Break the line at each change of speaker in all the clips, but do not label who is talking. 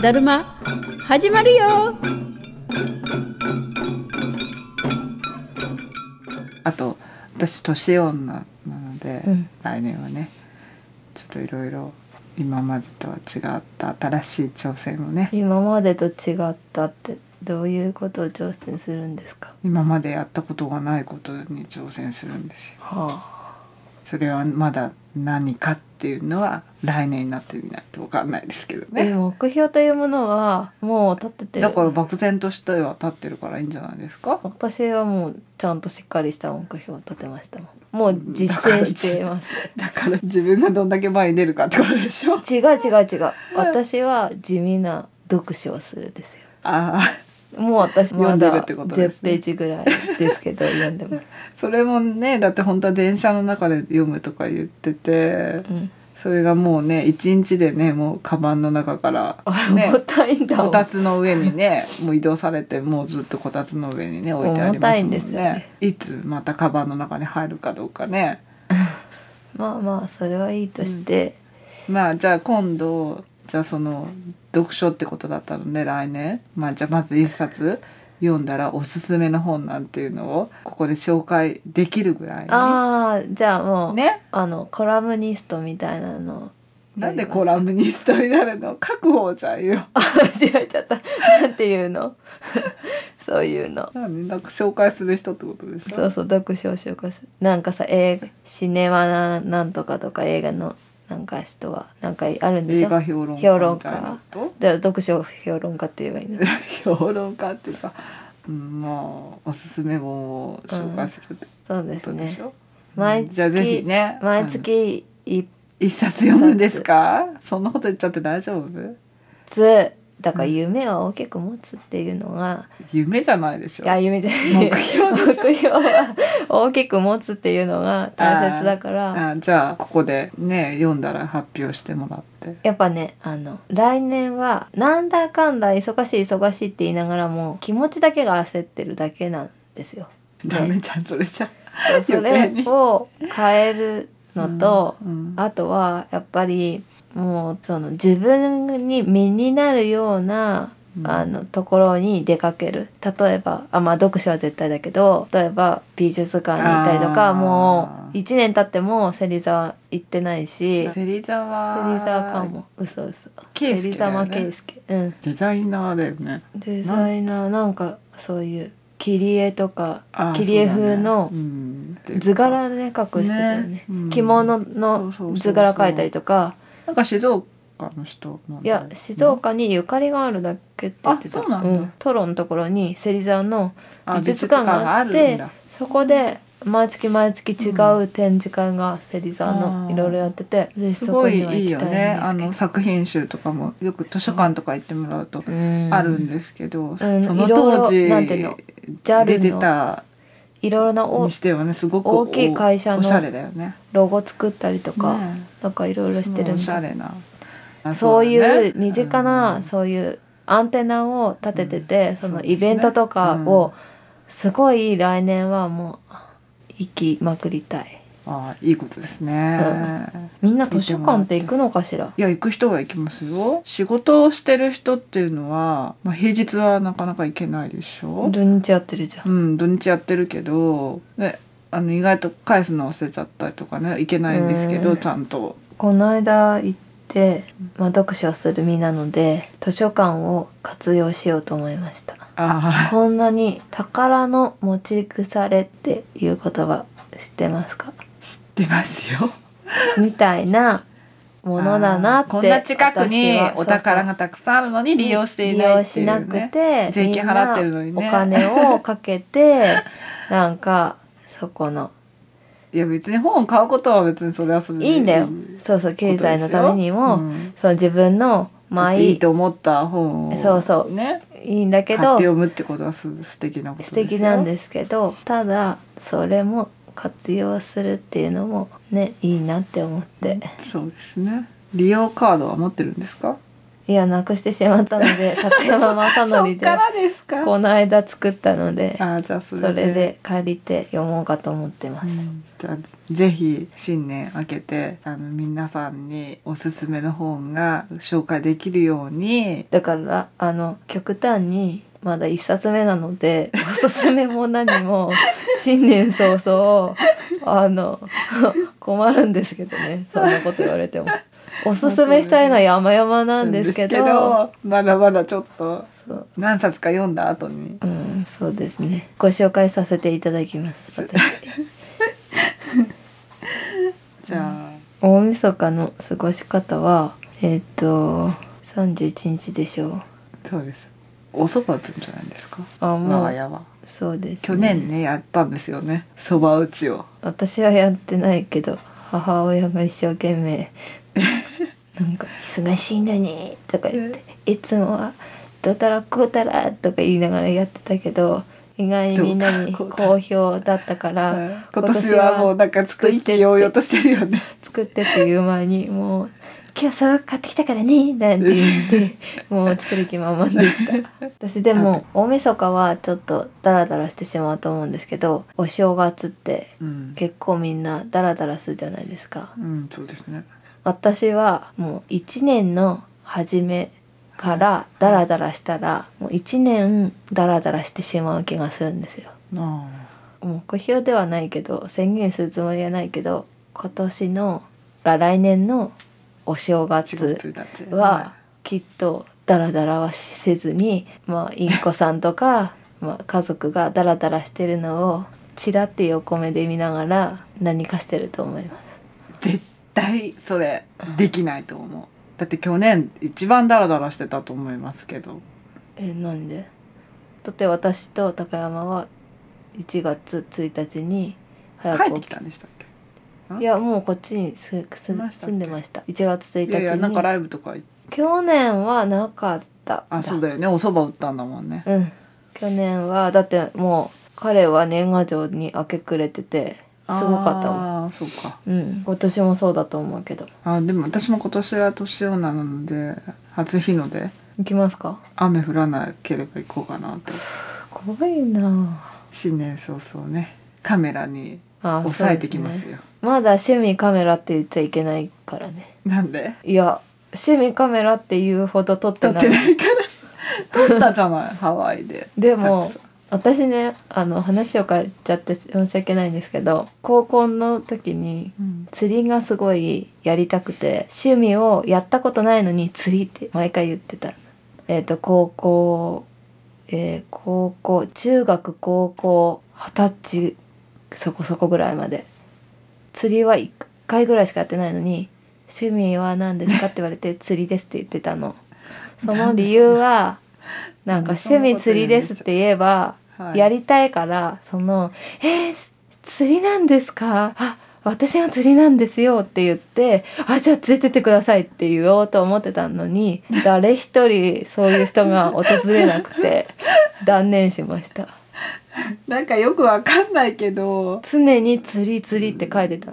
だるま始まるよ
あと私年女なので、
うん
来年はねちょっといろいろ今までとは違った新しい挑戦をね
今までと違ったってどういうことを挑戦するんですか
今までやったことがないことに挑戦するんですよ。
は
それはまだ何かっていうのは来年になってみないと分かんないですけど
あ、
ね。
でも目標というものはもう立っててる
だから漠然としては立ってるからいいんじゃないですか。
私はもうちゃんとしっかりした目標を立てましたもんもう実践しています
だから自分がどんだけ前に出るかってことでしょ。
違う違う違う私は地味な読書をするですよ
ああ、
もう私ま
読んでる
だ
ってことですね
10ページぐらいですけど読んでます、
それもね、だって本当は電車の中で読むとか言ってて、
うん、
それがもうね、一日でね、もうカバンの 中から、
あれ
ね
重、たいんだもん
こたつの上にね、もう移動されて、もうずっとこたつの上にね、置いてありますもんね。
重たいんですよね
いつまたカバンの中に入るかどうかね。
まあまあそれはいいとして、
まあじゃあ今度じゃあその読書ってことだったので来年まあじゃあまず一冊読んだらおすすめの本なんていうのをここで紹介できるぐらいに
ああじゃあもう、
ね
あのコラムニストみたいなの
なんで
こ
コラムニストになるの確保じゃんよ
間違えちゃったなんていうの そういうの
なんでなんか紹介する人ってことでし
そう
ょ
そう読書を紹介するなんかさ映画シネマななんとかとか映画のなんか人はなんかあるんで
映
しょ
画
じ
評論
評
家
論
みたいな
家
こと
ゃあ読書評論家って言えばいいの
評論家っていうか、うん、まあおすすめ本を紹介するって
そうで
こ
す
とで
ね
しょ、
毎月
じゃあぜひね
毎月一
一冊読むんですかそんなこと言っちゃって大丈夫
つだから夢は大きく持つっていうのが、
夢じゃないでしょ
いや夢じゃない
目標
目標は大きく持つっていうのが大切だから
あじゃあここでね読んだら発表してもらって
やっぱねあの来年はなんだかんだ忙しい忙しいって言いながらも気持ちだけが焦ってるだけなんですよ。
ダメじゃんそれじゃ
でそれ
余計に
を変えるのと、
うんうん
あとはやっぱりもうその自分に身になるような、
うん
あのところに出かける例えばあまあ読書は絶対だけど例えば美術館に行ったりとか
あー
もう1年経っても芹沢行ってないし芹
芹沢
沢かも嘘嘘
圭介
芹
だよ
沢
ね
圭介うん
デザイナーだよね
デザイナーなんかそういう切り絵とか
あー
切り絵風の
そうだねうん
図柄で描く人だよね
ねうん
着物
そうそうそうそ
の
う
図柄描いたりとか
なんか静岡の人なん
い
だよ
や
ね
静岡にゆかりがあるだけって言ってた
あそうなんだ
トロのところに芹沢の
あ
美術館があっ
美術
て
館があるんだ
そこで毎月毎月違う展示会が芹沢
あ
の
ー
いろいろやっててぜひ
す
そこ
ご
に
い
はい
い
行
よ
きたいん
ねあ
で
の
す
作品集とかもよく図書館とか行ってもらうと
けどうん
あるんですけど、
うん
その
いろいろ
当時
なんていうの JAL の
出てた
いろいろなお
にしてはねすごく
大きい会社の
おしゃれだよね。
ロゴ作ったりとか、
ね
なんかいろいろしてる
お
ん
しゃ
だ
れなあ
そういう身近
う
なんそういうアンテナを立ててて、
ん
そ
そう
の
で
イ
すね
ベントとかをすごい来年はもう行きまくりたい
あいいことですね、
みんな図書館って行くのかしら
いや行く人は行きますよ仕事をしてる人っていうのは、まあ、平日はなかなか行けないでしょ
土日やってるじゃん、
うん土日やってるけどねあの意外と返すの忘れちゃったりとかね行けないんですけど、
うん
ちゃんと
この間行って、まあ、読書をする身なので図書館を活用しようと思いました
あ
こんなに宝の持ち腐れっていう言葉知ってますか
あ知ってますよ
みたいなものだなって
あーこんな近くに
私はそうそう
お宝がたくさんあるのに利用していないっていう、
利
ね、
用しなくて
税金払ってるのにね
みんなお金をかけてなんかそこの
いや別に本を買うことは別にそれはそれで
いいんだよ、そうそう経済のためにも、その自分のまあ
い
い
い
い
と思った本を
そうそう
ね
いいんだ
買
け
って
ど
読むってことはす素敵なことです
素
よ
敵なんですけどただそれも活用するっていうのもねいいなって思って
そうですね利用カードは持ってるんですか
いやなくしてしまったの で高山正
そっ
則
か
で
らですか
この間作ったので
あじゃあそれ
それで借りて読もうかと思ってま
う
す、
んじゃあぜひ新年明けてあの皆さんにおすすめの本が紹介できるように
だからあの極端にまだ一冊目なのでおすすめも何 も新年早々あの困るんですけどねそんなこと言われてもおすすめしたいのは山々なんですけど
なんですけどまだまだちょっと
そう
何冊か読んだ後に
うんそうですねご紹介させていただきます私
じゃ
大晦日の過ごし方はえっ、と31日でしょう
あ、そうですお蕎麦打つんじゃないですか
あ
我
も
が
う
家は
そうです、
去年ねやったんですよね蕎麦打ちを
私はやってないけど母親が一生懸命なんか「忙しいのに」とか言って「いつもはどうたらこうたら」とか言いながらやってたけど意外にみんなに
どうたらこ
好評だったか
は
ら
い今年はもうなんかちょっと意気揚々としてるよね
作ってっていう前にもう「今日そう買ってきたからね」なんて言 ってもう作る気満々でした私でも大晦日はちょっとダラダラしてしまうと思うんですけどお正月って
うん、
結構みんなダラダラするじゃないですか
うん、そうですね
私はもう1年の初めからダラダラしたらもう1年ダラダラしてしまう気がするんですよ
あ
目標ではないけど宣言するつもりはないけど今年のら来年のお正
あ4月
月
1日
はきっとダラダラはせずにまあインコさんとかまあ家族がダラダラしてるのをチラって横目で見ながら何かしてると思います。
絶対それできないと思うだって去年一番ダラダラしてたと思いますけど
えなんでだって私と高山は1月1日に早
帰
く
っ
起
てき
き
たんでしたっけた
いやもうこっちにすす
いましたっ
住
け
んでました1月1日
い
に
やいやなんかライブとか行っ
去年はなかった
あそうだよねお蕎麦売ったんだもんね
うん去年はだってもう彼は年賀状に明け暮れててすごかったもん
ああーそうか
うん今年もそうだと思うけど
あでも私も今年は年女なので初日ので
行きますか
雨降らなければ行こうかなと
すごいな
新年早々ねカメラに
ああ
抑えてきます
そうで
よ
ねまだ趣味カメラって言っちゃいけないからね
なんで
いや趣味カメラっていうほど撮って
撮っ
ない
てないから撮ったじゃないハワイで
でも
たくさん
私ねあの話を変えちゃって申し訳ないんですけど高校の時に
うん
釣りがすごいやりたくて趣味をやったことないのに釣りって毎回言ってた。えっ、と高校えー高校中学高校二十歳そこそこぐらいまで釣りは1回ぐらいしかやってないのに「趣味は何ですか?」って言われて「釣りです」って言ってたの。その理由はなんか「趣味釣りです」って言えば
はい
やりたいからその「えーす釣りなんですかあ私が釣りなんですよ」って言って「あじゃあ連れてってください」って言おうと思ってたの に誰一人そういう人が訪れなくて断念しました
なんかよくわかんないけど
常に「釣り釣り」って書いてた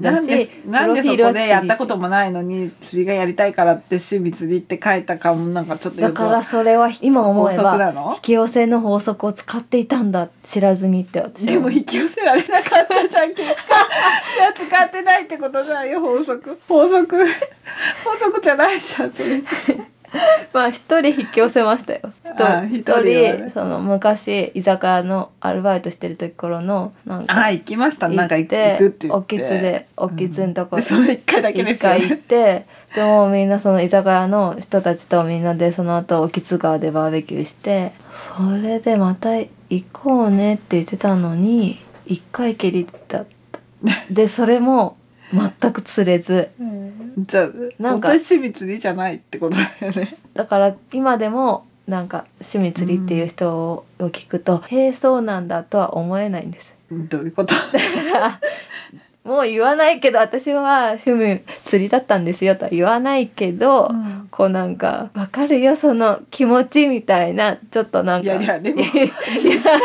なんでなんでそこでやったこともないのに釣りがやりたいからって趣味釣りって書いたかもなんかちょっとよ
だ
く
からそれは今思え
法則な
ば
の
引き寄せの法則を使っていたんだ知らずにって私は
でも引き寄せられなかったじゃん結果使ってないってことじゃんよ法則法則 法則じゃないじゃんそれ
まあ一人引き寄せましたよ。
あ
一
一人
人
はね
その昔居酒屋のアルバイトしてる時頃のなん
あ
か
行きましたなんか
行
行
って
く行くって言
お
って
きつでおきつのとこ
でそれ一回だけで
一
すよ
回行っ
ね
てでもみんなその居酒屋の人たちとみんなでその後おきつ川でバーベキューしてそれでまた行こうねって言ってたのに一回きりだった。でそれも全く釣れず。
じゃあ
なん
本
か
当に趣味釣りじゃないってことだよね
だから今でもなんか趣味釣りっていう人を聞くと、へえそうなんだとは思えないんです
どういうこと
もう言わないけど私は趣味釣りだったんですよとは言わないけど、
うん
こうなんかわかるよその気持ちみたいなちょっとなん
い
か
やいやでも
実際
こ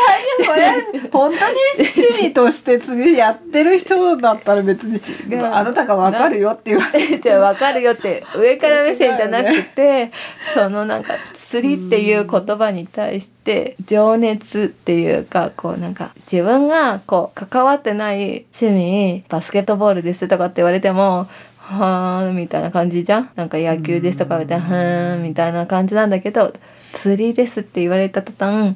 れ本当に趣味として次やってる人だったら別に
違う
あなたがわかるよって言われて
じゃあわかるよって上から目線じゃなくて、そのなんか釣りっていう言葉に対して情熱っていうかこうなんか自分がこう関わってない趣味バスケットボールですとかって言われてもはーんみたいな感じじゃんなんか野球ですとか言われてはーんみたいな感じなんだけど釣りですって言われた途端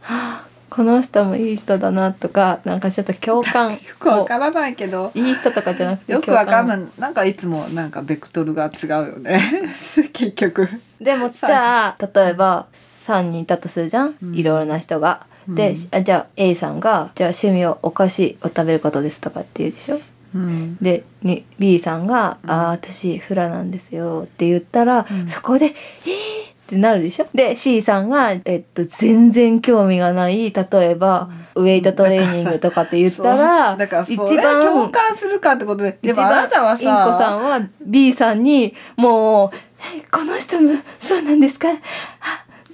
はあこの人もいい人だなとかなんかちょっと共感
よくわからないけど
いい人とかじゃなくて
よくわかんないいなんかいつもなんかベクトルが違うよね 結局
でもじ
さ
ゃあ例えば3人いたとするじゃん、
うん
いろいろな人が。で、
うん
あじゃあ A さんが「じゃあ趣味をお菓子を食べることです」とかって言うでしょ
うん
でに B さんが「
うん
あー私フラなんですよ」って言ったら、
うん
そこで「えー!」ってなるでしょで C さんが、えっと、全然興味がない例えば、ウェイトトレーニングとかって言ったら
そうだからそ
一
れは共
番
感するかってことでで
一
も
番
あなたはさ
インコさんは B さんにもうえ「この人もそうなんですか?あ」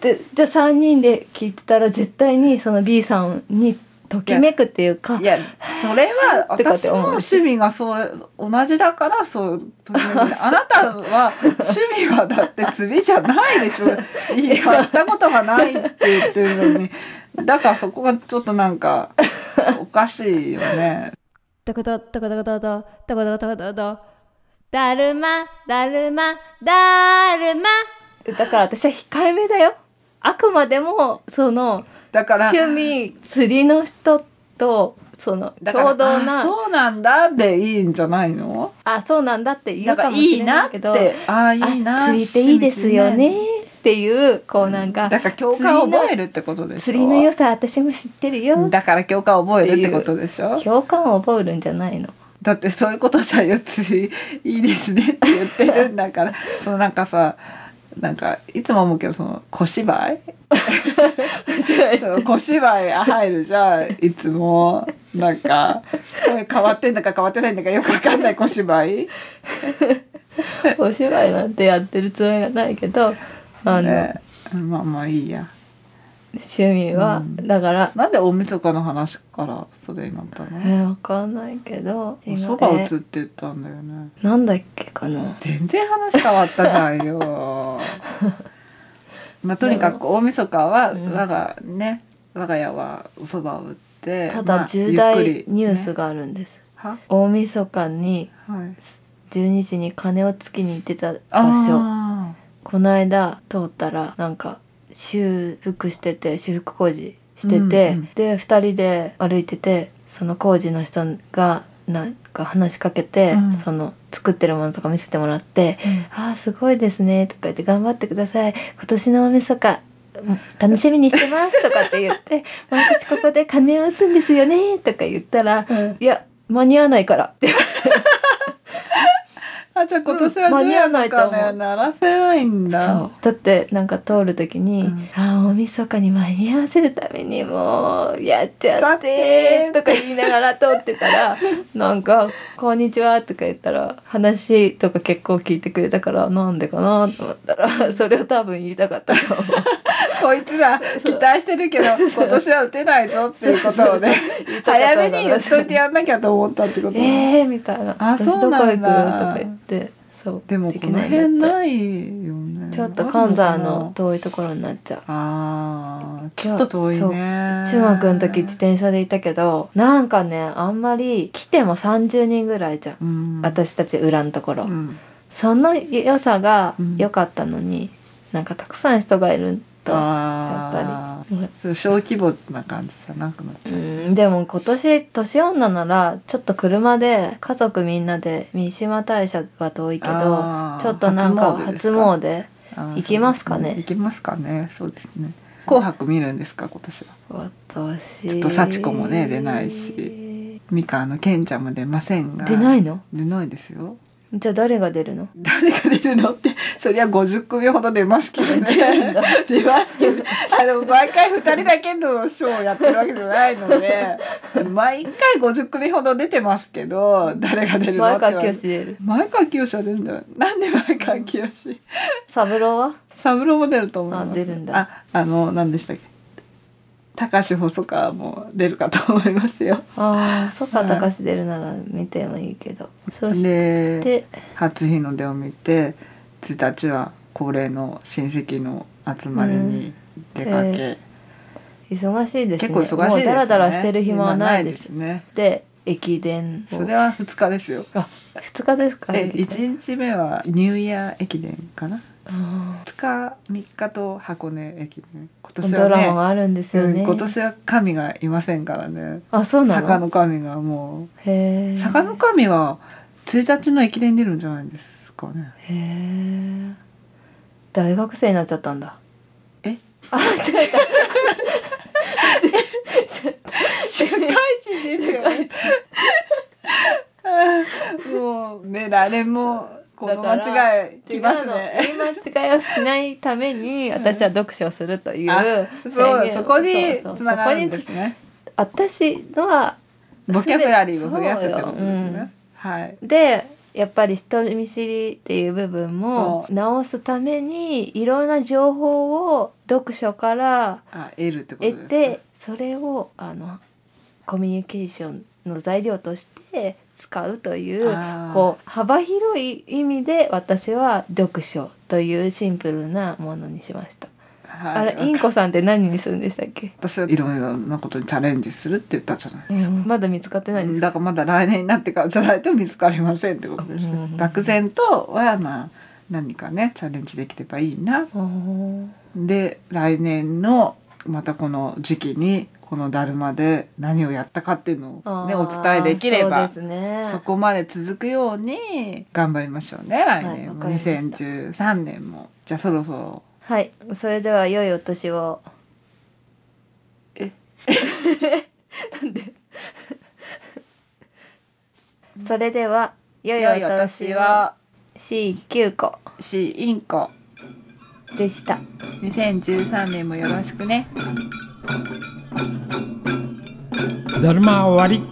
でじゃあ3人で聞いてたら絶対にその B さんにときめくっていうか
いやそれは
ってかって
私
思
も
う
趣味がそう同じだからそうとりあえず あなたは趣味はだって釣りじゃないでしょ いややったことがないって言ってるのにだからそこがちょっとなん かおかしいよね
タコタタコタコタタタコタコタコタタだるまだるまだるまだから私は控えめだよあくまでもその
だから
趣味釣りの人とその
だから
共同な
あそうなんだでいいんじゃないの
あそうなんだって言
だ
う
か
からも
い
し
い
れ
な
ない
っ
け
て
ど
あいいな
あ釣りっていいですよねっていうこうなんか、
だから共感を覚えるってことでしょ
釣りの良さ私も知ってるよ
だから共感を覚えるってことでしょ
共感を覚えるんじゃ ないの
だってそういうことじゃよつりいいですねって言ってるんだからそのなんかさなんかいつも思うけどその小芝居その小芝居入るじゃんいつもなんか声変わってんだか変わってないんだかよくわかんない小芝居
お芝居なんてやってるつもりがないけどあの、
ねまあまあいいや
趣味は、
うん
だから
なんで大晦日の話からそれになった
え
の
ーわかんないけど
そば打
え
つって言ったんだよね
なんだっけかな
全然話変わったじゃんよ。 まあ、とにかく大晦日は
うん
我がね、我が家はお蕎麦を売って
た
ま
だ
あ
重大
ゆっくり
ニュース
ね
があるんです、
は
大晦日に
はい
12時に鐘をつきに行ってた場所
あ
この間通ったらなんか修復してて修復工事してて、
うんうん
で2人で歩いててその工事の人がなんか話しかけて、
うん
その作ってるものとか見せてもらって
ーうん
「ああすごいですね」とか言って「頑張ってください今年の大晦日もう楽しみにしてます」とかって言って 「毎年ここで鐘を打つんですよね」とか言ったら
うん
「いや間に合わないから」って
あじゃあ今年は
うん間に合わ
10
ない
月
と思
か
う
ね鳴らせないん
そ
だ
うだってなんか通る時に「
うん
ああ大晦日に間に合わせるためにもうやっちゃって」とか言いながら通ってた らなんか「こんにちは」とか言ったら話とか結構聞いてくれたからなんでかなと思ったらそれを多分言いたかったと思う
こいつら期待し てるけど今年は打てないぞっていうことをね
言いたかったんだな
早めに言っといてやんなきゃと思ったってこと、
えーみたいな「
あ
私ど
そ
こ行
うな
く
ん
の?」と
だ
か言ってそう
でも
き
こ
ないんだ
の
って
辺ないよね
ちょっと関西
あるかな
の遠いところになっちゃう
ああ、ちょっと遠い
そう
ね。
中学の時自転車でいたけどなんかねあんまり来ても30人ぐらいじゃん、
うん、
私たち裏のところ、
うん、
その良さが
うん
良かったのに、なんかたくさん人がいるとや
あ
っぱり
ーそう小規模な感じじゃなくなっちゃう。
うんでも今年年女ならちょっと車で家族みんなで三島大社は遠いけど
あー
ちょっとなんか初
です
詣
かあー
行きますかね
そうです行きますかね。そうですね。紅白見るんですか今年は。
私
ちょっと幸子もね出ないしみかあのケンちゃんも出ませんが。
出ないの
出ないですよ。
じゃあ誰が出るの
誰が出るのってそりゃ50組ほど出ますけどね出ますけどあの毎回2人だけのショーをやってるわけじゃないので毎回50組ほど出てますけど誰が出るの
前
って
川清出る
前川清は出るんじゃないなんで前川清
三郎は
三郎も出ると思います
あ出るんだ
ああの何でしたっけ高橋細川も出るかと思いますよ
ああそっか
はい
隆出るなら見てもいいけどそし
で
て
初日の出を見て1日は恒例の親戚の集まりに出かけ、
うんえ忙しいです
結
ね
構忙しいです
も
ね
うダラダラしてる暇はないです
暇ね
で駅伝を
それは2日ですよ
あ二日ですか
え
駅伝
1日目はニューイヤー駅伝かな
あ
2日3日と箱根駅伝
ー
今年
ドラマ
は
があるんです
ね
よね、
うん今年は神がいませんからね
あそうなの
坂の神がも
へ
う
え
坂の神は1日の駅伝に出るんじゃないですかね
へえ大学生になっちゃったんだ
え
あ違
社会人ですよね。 もうね誰もこの間違い
違
き
う
ます
の
ね。
言い間違いをしないために私は読書をするという
あ
宣
そう
言を
そこに
そうそう
つながるんで
そこに
すね。
つ私のは
ボキャブラリーを増やすってことで
そ
す
うよ
ね。はい。
うんでやっぱり人見知りっていう部分も
う
直すためにいろんな情報を読書から
あ得るってことで
得
す、ね。
てそれをあのコミュニケーションの材料として使うという
あー
こう幅広い意味で私は読書というシンプルなものにしました。
はい
あれインコさんって何にするんでしたっけ？
私はいろいろなことにチャレンジするって言ったじゃない。
まだ見つかってないんですか。
だからまだ来年になってからじゃないと見つかりませんってことです
う
ね
ん。
漠然とはまあ何かねチャレンジできればいいな
あー
で来年のまたこの時期にこのだるまで何をやったかっていうの
あ
を、
ー
ね、お伝えできれば
そ
そう
ですね。
こまで続くように頑張りましょうね来年も、
はいわかりました
2013年もじゃあそろそろ
はい、それでは良いお年を。
え
なんで？それでは良いお年を。C 9個
C インコ
でした。
2013年もよろしくね
だるま終わり